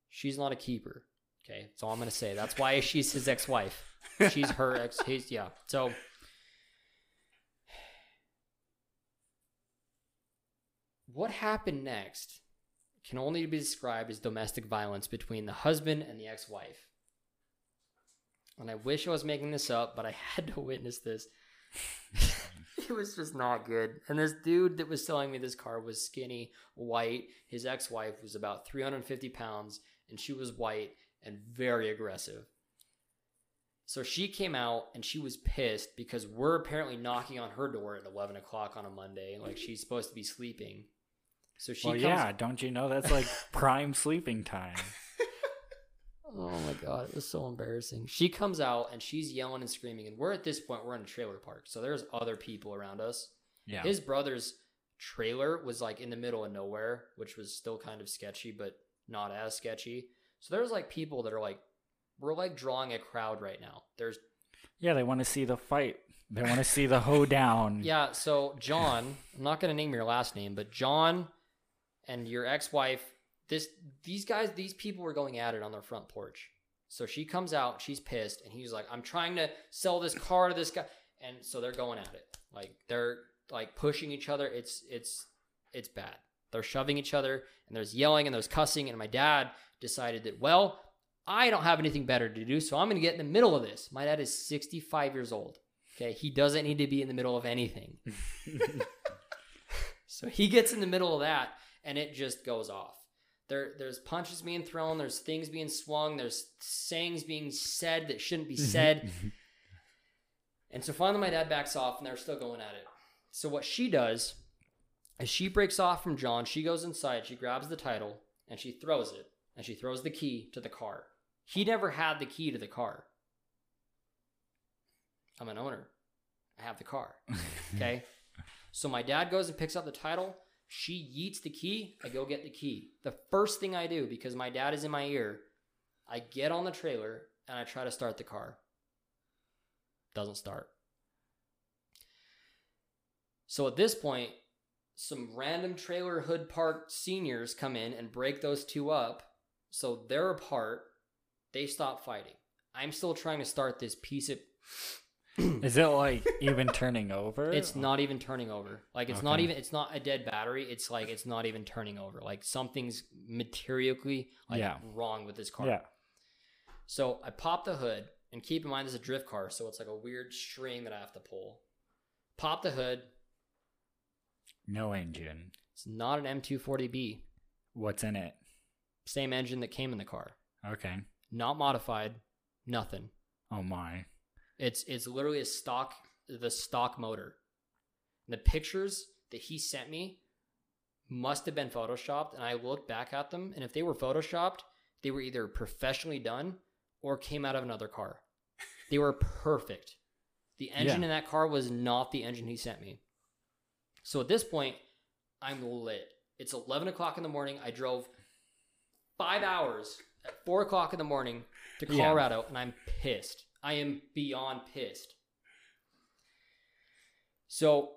She's not a keeper. Okay, that's all I'm gonna say. That's why she's his ex-wife. She's her ex. He's yeah. So. What happened next can only be described as domestic violence between the husband and the ex wife. And I wish I was making this up, but I had to witness this. it was just not good. And this dude that was selling me this car was skinny, white. His ex wife was about 350 pounds, and she was white and very aggressive. So she came out and she was pissed because we're apparently knocking on her door at 11 o'clock on a Monday. Like she's supposed to be sleeping. So she well, comes yeah, don't you know that's like prime sleeping time? Oh my god, it was so embarrassing. She comes out and she's yelling and screaming, and we're at this point, we're in a trailer park, so there's other people around us. Yeah. His brother's trailer was like in the middle of nowhere, which was still kind of sketchy, but not as sketchy. So there's like people that are like, we're like drawing a crowd right now. There's yeah, they want to see the fight. They want to see the hoedown. yeah, so John, I'm not gonna name your last name, but John and your ex-wife, this these guys, these people were going at it on their front porch. So she comes out, she's pissed, and he's like, I'm trying to sell this car to this guy. And so they're going at it. Like they're like pushing each other. It's it's it's bad. They're shoving each other and there's yelling and there's cussing. And my dad decided that, well, I don't have anything better to do, so I'm gonna get in the middle of this. My dad is 65 years old. Okay, he doesn't need to be in the middle of anything. so he gets in the middle of that and it just goes off. There there's punches being thrown, there's things being swung, there's sayings being said that shouldn't be said. and so finally my dad backs off and they're still going at it. So what she does is she breaks off from John, she goes inside, she grabs the title and she throws it and she throws the key to the car. He never had the key to the car. I'm an owner. I have the car. Okay. so my dad goes and picks up the title. She yeets the key. I go get the key. The first thing I do, because my dad is in my ear, I get on the trailer and I try to start the car. Doesn't start. So at this point, some random trailer hood park seniors come in and break those two up. So they're apart. They stop fighting. I'm still trying to start this piece of Hmm. Is it like even turning over? It's not even turning over. Like it's not Oh. Okay. even it's not a dead battery. It's like it's not even turning over. Like something's materially like Yeah. wrong with this car. Yeah. So I pop the hood, and keep in mind this is a drift car, so it's like a weird string that I have to pull. Pop the hood. No engine. It's not an M240B. What's in it? Same engine that came in the car. Okay. Not modified. Nothing. Oh my. It's it's literally a stock the stock motor. The pictures that he sent me must have been photoshopped and I looked back at them and if they were photoshopped, they were either professionally done or came out of another car. They were perfect. The engine Yeah. in that car was not the engine he sent me. So at this point, I'm lit. It's 11 o'clock in the morning. I drove five hours at four o'clock in the morning to Yeah. Colorado, and I'm pissed. I am beyond pissed. So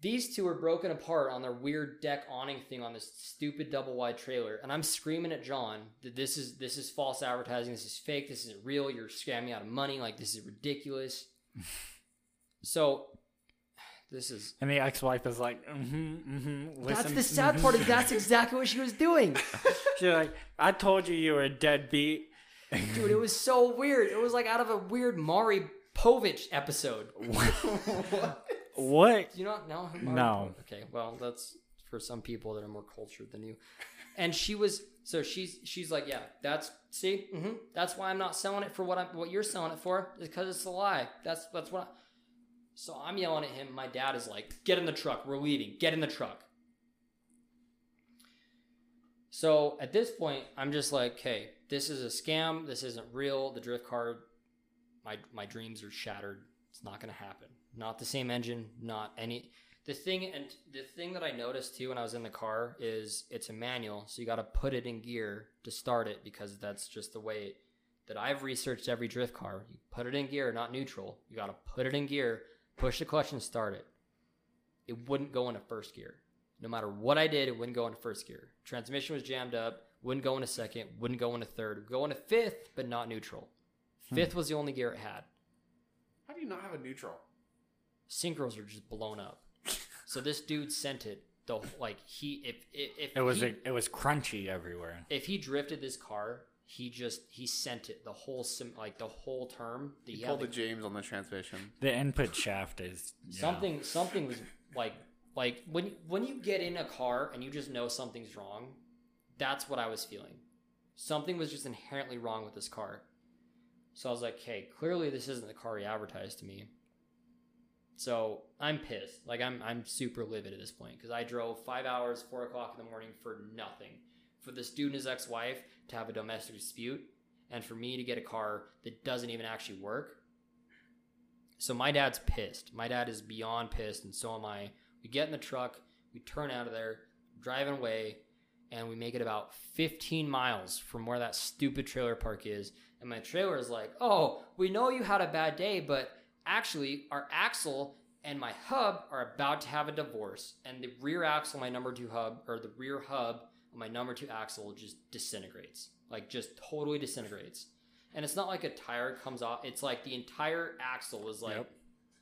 these two are broken apart on their weird deck awning thing on this stupid double wide trailer, and I'm screaming at John that this is this is false advertising. This is fake. This isn't real. You're scamming me out of money. Like this is ridiculous. so This is And the ex-wife is like, mm-hmm, mm-hmm. that's the sad part. Is that's exactly what she was doing, She's like, I told you you were a deadbeat. dude. It was so weird. It was like out of a weird Mari Povich episode. What? Do you not know? him? No. Okay. Well, that's for some people that are more cultured than you. And she was so she's she's like, yeah, that's see, hmm that's why I'm not selling it for what I'm what you're selling it for is because it's a lie. That's that's what. I, so I'm yelling at him. My dad is like, get in the truck. We're leaving. Get in the truck. So at this point, I'm just like, hey, this is a scam. This isn't real. The drift card, my my dreams are shattered. It's not going to happen. Not the same engine. Not any. The thing and the thing that I noticed too when I was in the car is it's a manual, so you got to put it in gear to start it because that's just the way that I've researched every drift car. You put it in gear, not neutral. You got to put it in gear, push the clutch, and start it. It wouldn't go into first gear. No matter what I did, it wouldn't go into first gear. Transmission was jammed up. Wouldn't go into second. Wouldn't go into third. Would go into fifth, but not neutral. Fifth was the only gear it had. How do you not have a neutral? synchros are just blown up. so this dude sent it the wh- like he if if if It was he, it was crunchy everywhere. if he drifted this car, he just he sent it the whole sim like the whole term. The, You pulled a James on the transmission. The input shaft is yeah. something something was like like when when you get in a car and you just know something's wrong. That's what I was feeling. Something was just inherently wrong with this car. So I was like, "Hey, clearly this isn't the car he advertised to me." So I'm pissed. Like I'm I'm super livid at this point because I drove five hours, four o'clock in the morning for nothing, for this dude and his ex-wife to have a domestic dispute, and for me to get a car that doesn't even actually work. So my dad's pissed. My dad is beyond pissed, and so am I. We get in the truck, we turn out of there, driving away, and we make it about 15 miles from where that stupid trailer park is. And my trailer is like, "Oh, we know you had a bad day, but." actually our axle and my hub are about to have a divorce and the rear axle my number two hub or the rear hub on my number two axle just disintegrates like just totally disintegrates and it's not like a tire comes off it's like the entire axle is like Yep.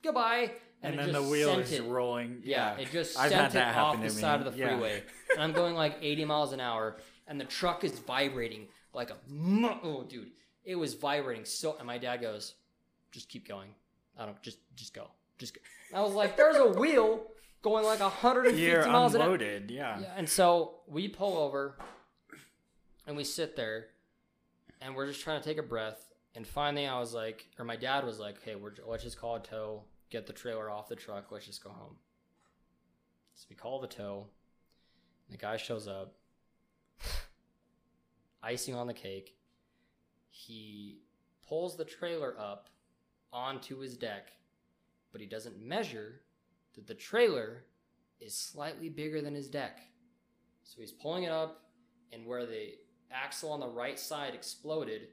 goodbye And, it then the just wheel sent is it. rolling. Yeah, Yeah, it just I've had sent it that happen off to the me. side of the Yeah. freeway, and I'm going like 80 miles an hour, and the truck is vibrating like a. mu- Oh, dude, it was vibrating so. And my dad goes, "Just keep going. I don't just just go, just go." And I was like, "There's a wheel going like 150 You're miles an hour." unloaded. Yeah. Yeah, and so we pull over, and we sit there, and we're just trying to take a breath. And finally, I was like, or my dad was like, "Hey, we're let's just call a tow, get the trailer off the truck, let's just go home." So we call the tow. The guy shows up. Icing on the cake. He pulls the trailer up onto his deck, but he doesn't measure that the trailer is slightly bigger than his deck. So he's pulling it up, and where the axle on the right side exploded,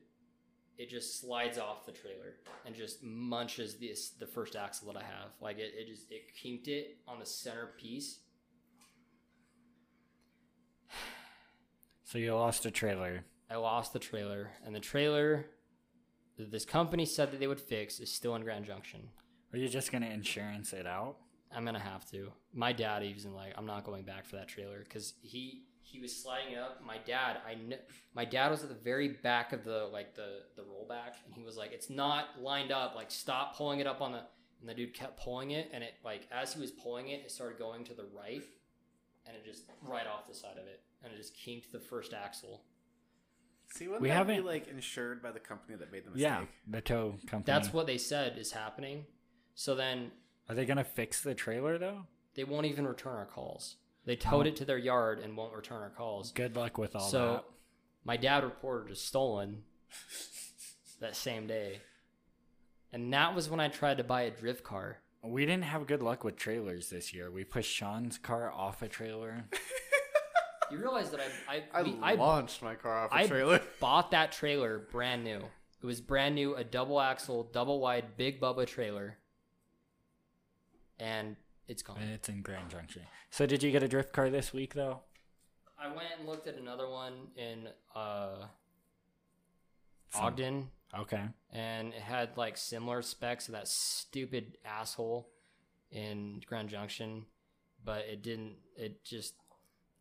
it just slides off the trailer and just munches this the first axle that I have. Like it, it just it kinked it on the center piece. So you lost a trailer. I lost the trailer, and the trailer that this company said that they would fix is still in Grand Junction. Are you just gonna insurance it out? I'm gonna have to. My dad even like, I'm not going back for that trailer because he he was sliding up. My dad, I kn- my dad was at the very back of the like the the rollback, and he was like, it's not lined up. Like stop pulling it up on the. And the dude kept pulling it, and it like as he was pulling it, it started going to the right, and it just right off the side of it, and it just kinked the first axle. See, wouldn't We that be haven't- like insured by the company that made the mistake? Yeah, the tow company. That's what they said is happening. So then Are they gonna fix the trailer though? they won't even return our calls. They towed Oh. it to their yard and won't return our calls. Good luck with all so that. my dad reported as stolen that same day. And that was when I tried to buy a drift car. We didn't have good luck with trailers this year. We pushed Sean's car off a trailer. You realize that I I, I we- I launched my car off a I- trailer. bought that trailer brand new. It was brand new, a double axle, double wide, big Bubba trailer. And it's gone. It's in Grand Junction. So did you get a drift car this week though? I went and looked at another one in uh, Some- Ogden, Okay. and it had like similar specs to that stupid asshole. in Grand Junction, but it didn't. It just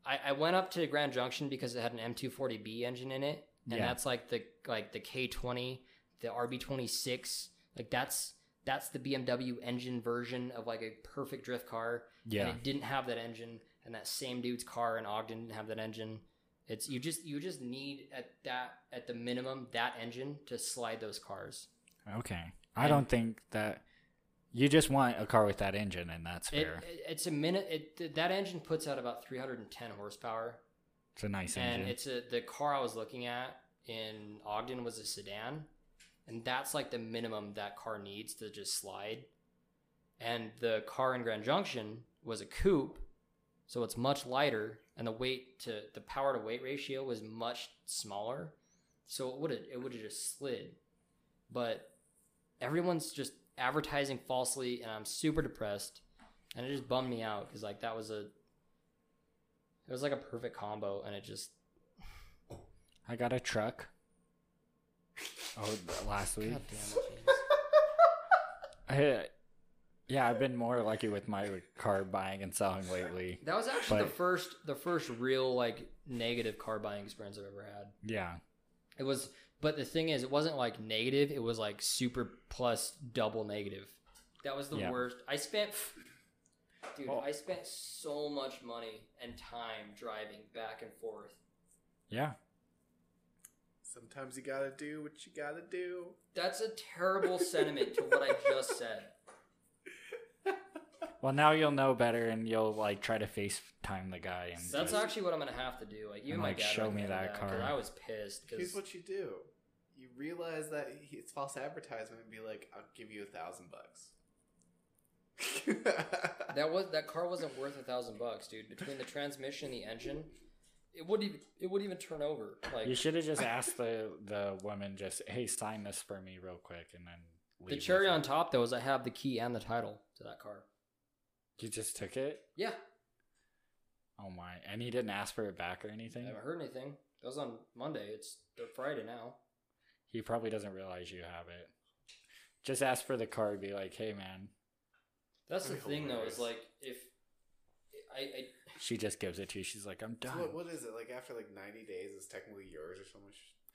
I, I went up to Grand Junction because it had an M240B engine in it, and Yeah. that's like the like the K20, the RB26. Like that's that's the BMW engine version of like a perfect drift car. Yeah. And it didn't have that engine, and that same dude's car in Ogden didn't have that engine. It's you just you just need at that at the minimum that engine to slide those cars. Okay. I don't think that you just want a car with that engine, and that's It, fair. it- it's a minute. It, th- that engine puts out about 310 horsepower, it's a nice and engine. it's a the car I was looking at in Ogden was a sedan, and that's like the minimum that car needs to just slide. And the car in Grand Junction was a coupe, so it's much lighter, and the weight to the power to weight ratio was much smaller, so it would have it would have just slid. But everyone's just advertising falsely, and I'm super depressed, and it just bummed me out because like that was a it was like a perfect combo, and it just I got a truck. Oh, th- last week. God damn it, Jesus. I- yeah, I've been more lucky with my car buying and selling lately. That was actually the But- first the first real like negative car buying experience I've ever had. Yeah. It was but the thing is it wasn't like negative, it was like super plus double negative. That was the Yeah. worst. I spent Dude, Oh. I spent so much money and time driving back and forth. Yeah. Sometimes you gotta do what you gotta do. That's a terrible sentiment to what I just said. Well, now you'll know better, and you'll like try to FaceTime the guy. And That's just- actually what I'm gonna have to do. Like you and I'm my like, dad show me recommended that 'cause car. I was pissed Here's because what you do: you realize that he- it's false advertisement, and be like, "I'll give you a thousand bucks." That was that car wasn't worth a thousand bucks, dude. Between the transmission and the engine, it wouldn't even it wouldn't even turn over. Like you should have just asked the the woman just, hey, sign this for me real quick, and then the leave cherry with on it. top though is I have the key and the title to that car. You just took it. Yeah, Oh my! And he didn't ask for it back or I anything. haven't heard anything. That was on Monday. It's the Friday now. He probably doesn't realize you have it. Just ask for the car. Be like, hey, man. That's the That'd be thing though. Is hilarious. like if I, I She just gives it to you. She's like, I'm So done. what, what is it like? After like ninety days, it's technically yours or something.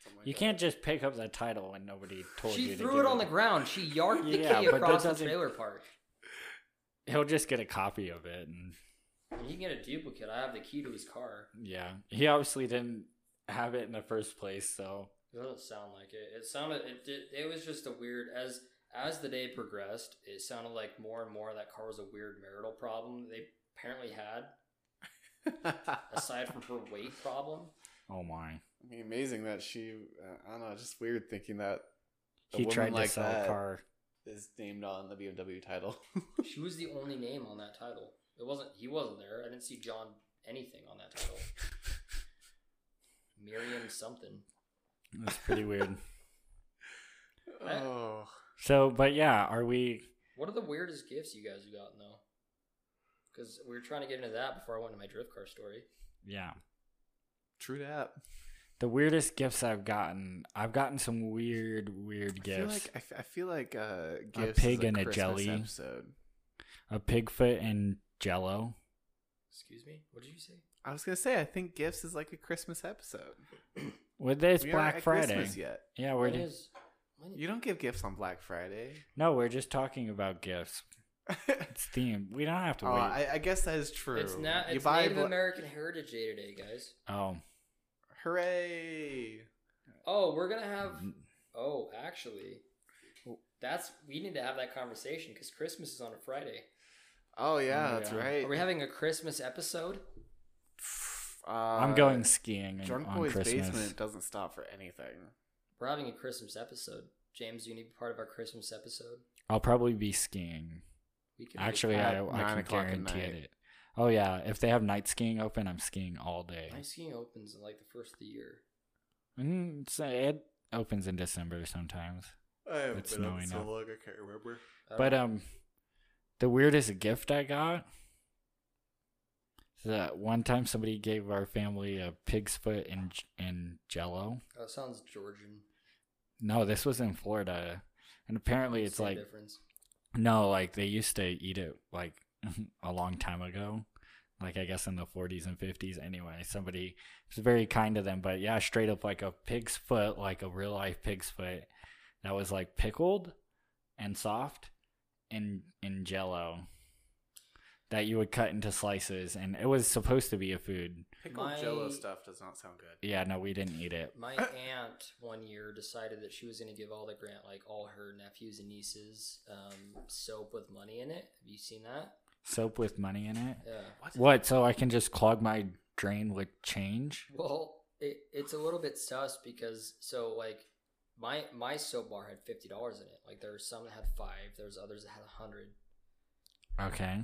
something like you that? can't just pick up the title when nobody told you. she to threw give it on the ground. She yarked the Yeah, key but that across the doesn't- trailer park. He'll just get a copy of it, and You can get a duplicate. I have the key to his car. yeah, he obviously didn't have it in the first place. So It doesn't sound like it. It sounded it did it was just a weird as as the day progressed, it sounded like more and more that car was a weird marital problem that they apparently had, aside from her weight problem. oh my, I mean, amazing that she. Uh, I don't know. it's Just weird thinking that a he woman tried like to sell that a car. is named on the BMW title. She was the only name on that title. It wasn't he wasn't there. I didn't see John anything on that title. Miriam something. That's pretty weird. oh, So, but yeah, are we? What are the weirdest gifts you guys have gotten though? Because we were trying to get into that before I went to my drift car story. Yeah, true that. the weirdest gifts I've gotten. I've gotten some weird, weird I feel gifts. like I, f- I feel like uh, gifts pig is a and a Christmas jelly. episode. a pigfoot and Jello. Excuse me? What did you say? I was gonna say I think gifts is like a Christmas episode. With this We aren't Black at Friday. Christmas yet. Yeah, we're When ju- is- when- You don't give gifts on Black Friday. no, we're just talking about gifts. It's themed. We don't have to oh, wait. I, I guess that is true. It's not. It's Native bla- American Heritage Day today, guys. oh, Hooray! Oh, we're gonna have. Oh, actually, that's we need to have that conversation because Christmas is on a Friday. Oh yeah, Oh, that's yeah. right. Are we having a Christmas episode? Uh, I'm going skiing in- Drunk on Boy's Christmas. basement doesn't stop for anything. We're having a Christmas episode. James, you need to be part of our Christmas episode. I'll probably be skiing. We can make Actually, at I, I nine can o'clock at guarantee night. it. Oh yeah, if they have night skiing open, I'm skiing all day. that. Ice skiing opens in like the first of the year. Mm, so it opens in December sometimes. I haven't It's been up snowing so up. long. I can't remember. I But don't- um, the weirdest gift I got is that one time somebody gave our family a pig's foot and and Jello. oh, it sounds Georgian. No, this was in Florida, and apparently it's Same like difference. No, like they used to eat it like a long time ago. Like I guess in the 40s and 50s. Anyway, somebody was very kind to them, but yeah, straight up like a pig's foot, like a real life pig's foot that was like pickled and soft and in jello that you would cut into slices and it was supposed to be a food. Pickled My- Jello stuff does not sound good. Yeah, no, we didn't eat it. My aunt one year decided that she was going to give all the grant, like all her nephews and nieces, um, soap with money in it. Have you seen that? Soap with money in it. Yeah. What? So I can just clog my drain with change? Well, it, it's a little bit sus because so like my my soap bar had fifty dollars in it. Like there were some that had five. There was others that had a hundred. Okay.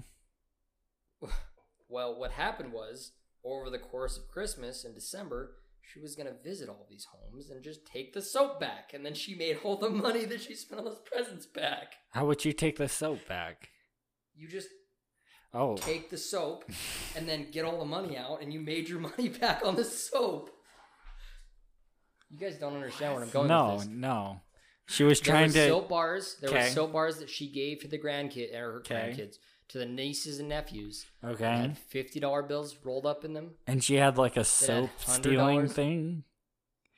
Well, what happened was over the course of Christmas in December, she was gonna visit all these homes and just take the soap back, and then she made all the money that she spent on those presents back. How would you take the soap back? You just Oh, take the soap and then get all the money out, and you made your money back on the soap. You guys don't understand what I'm going with no, this. no. She was There were trying to. soap bars. There were Okay. soap bars that she gave to the grandkid or her Okay. grandkids to the nieces and nephews. Okay. They Had fifty dollar bills rolled up in them. and she had like a soap stealing $100? thing,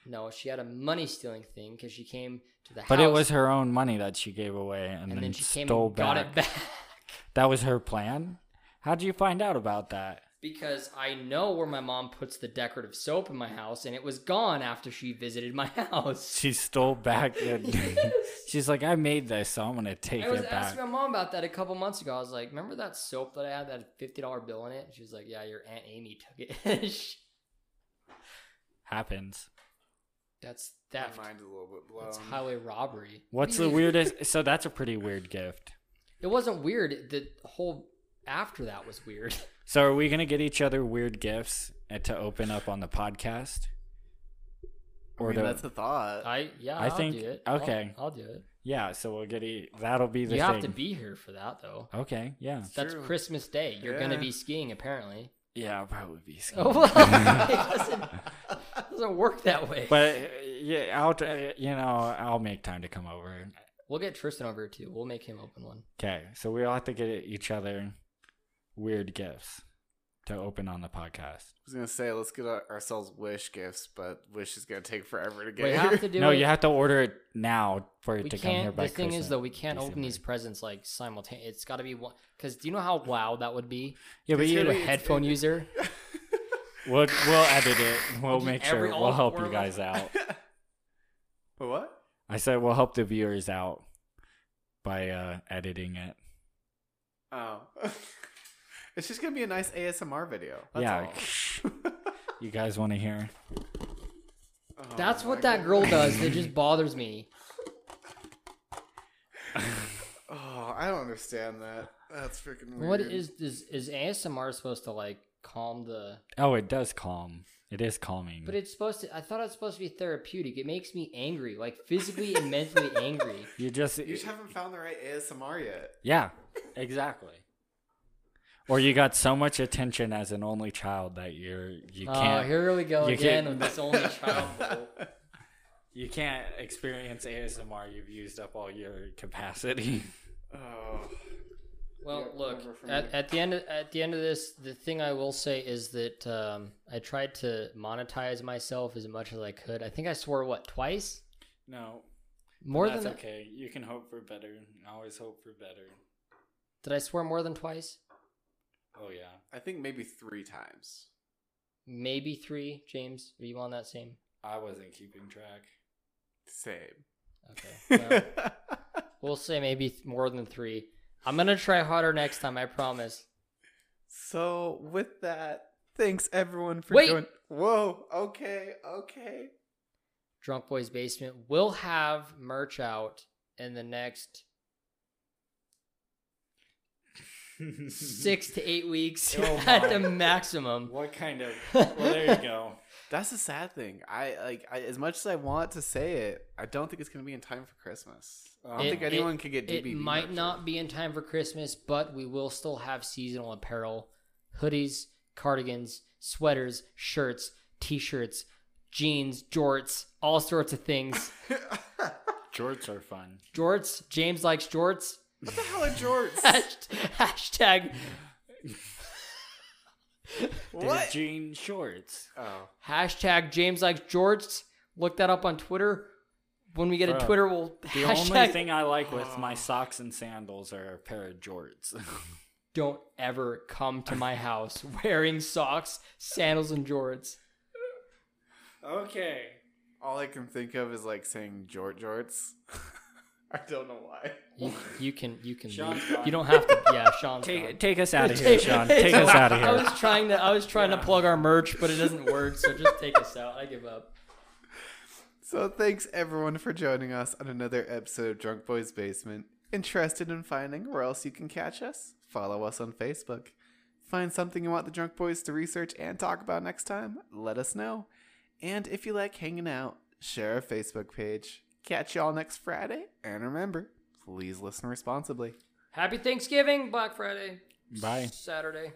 No, she had a money stealing thing because she came to the house. but it was her own money that she gave away and, and, then, then she came stole and got back. it back That was her plan. How did you find out about that? because I know where my mom puts the decorative soap in my house, and it was gone after she visited my house. She stole back the. Yes. She's like, I made this, so I'm gonna take I was it back. asking my mom about that a couple months ago. I was like, "Remember that soap that I had that had fifty dollar bill in it?" And she was like, "Yeah, your aunt Amy took it." Happens. That's My theft. mind is a little bit blown. That's highway robbery. What's the weirdest? So that's a pretty weird gift. It wasn't weird. The whole after that was weird. So are we gonna get each other weird gifts uh, to open up on the podcast? I Or mean, the- that's a thought. I yeah. I I will think- do it. okay. I'll, I'll do it. yeah, so we'll get e- that'll be You the have thing. to be here for that though. okay, yeah, That's True. Christmas Day. You're gonna Yeah. be skiing apparently. yeah, I'll probably be. scared. Oh, well, it doesn't, doesn't work that way. But uh, yeah, I'll tr- uh, you know I'll make time to come over. we'll get Tristan over here, too. We'll make him open one. Okay, so we all have to get each other weird gifts to open on the podcast. was gonna say let's get our- ourselves wish gifts, but wish is gonna take forever to get We here. have to do no, it. you have to order it now for it we to come here can't. by The thing Christmas. is though, we can't open December. these presents like simultaneously. It's got to be one. Because do you know how loud that would be? yeah, but It's you, gonna You're a be- headphone user. we'll we'll edit it. We'll Just make every- sure all we'll help four you of us. guys out. But what? I said we'll help the viewers out by uh, editing it. Oh, it's just gonna be a nice ASMR video. That's yeah, all. you guys want to hear? Oh That's my what that girl goodness. does that just bothers me. Oh, I don't understand that. That's freaking weird. What is is is ASMR supposed to like calm the? Oh, it does calm. It is calming. But it's supposed to. I thought it was supposed to be therapeutic. It makes me angry, like physically and mentally angry. you just You just haven't found the right ASMR yet. Yeah, exactly. Or you got so much attention as an only child that you're you Oh, can't here we go you again can't- with this only child. rule. you can't experience ASMR. You've used up all your capacity. Oh, Well, Yeah, look over from at, you. at the end. Of, at the end of this, the thing I will say is that um, I tried to monetize myself as much as I could. I think I swore what twice. No, More that's than okay. You can hope for better. Always hope for better. did I swear more than twice? Oh yeah, I think maybe three times. Maybe three. James, are you on that same? I wasn't keeping track. Same. Okay. Well, We'll say maybe th- more than three. I'm gonna try harder next time. I promise. so with that, thanks everyone for Wait! joining. Whoa. Okay. Okay. Drunk Boys Basement will have merch out in the next six to eight weeks Oh at my. the maximum. What kind of? Well, there you go. That's the sad thing. I like I, as much as I want to say it, I don't think it's gonna be in time for Christmas. I don't It- think anyone could get It DBB might merch. not be in time for Christmas, but we will still have seasonal apparel, hoodies, cardigans, sweaters, shirts, t-shirts, jeans, jorts, all sorts of things. Jorts are fun. Jorts. James likes jorts. What the hell are jorts? Hasht- hashtag They're what? jean shorts. oh, hashtag James likes jorts. Look that up on Twitter. When we get a Bro, Twitter, we'll The hashtag. only thing I like with my socks and sandals are a pair of jorts. Don't ever come to my house wearing socks, sandals, and jorts. okay. all I can think of is like saying jort jorts. I don't know why. You, you can you can Sean's leave. gone. You don't have to. Yeah, Sean's gone. Take, take us out of here, Sean. Hey, Take us so out of I here. was trying to I was trying to plug our merch, but it doesn't work. So just take us out. I give up. So thanks everyone for joining us on another episode of Drunk Boys Basement. Interested in finding where else you can catch us? Follow us on Facebook. Find something you want the Drunk Boys to research and talk about next time? Let us know. And if you like hanging out, share our Facebook page. Catch y'all next Friday. And remember, please listen responsibly. Happy Thanksgiving, Black Friday, Bye. Saturday.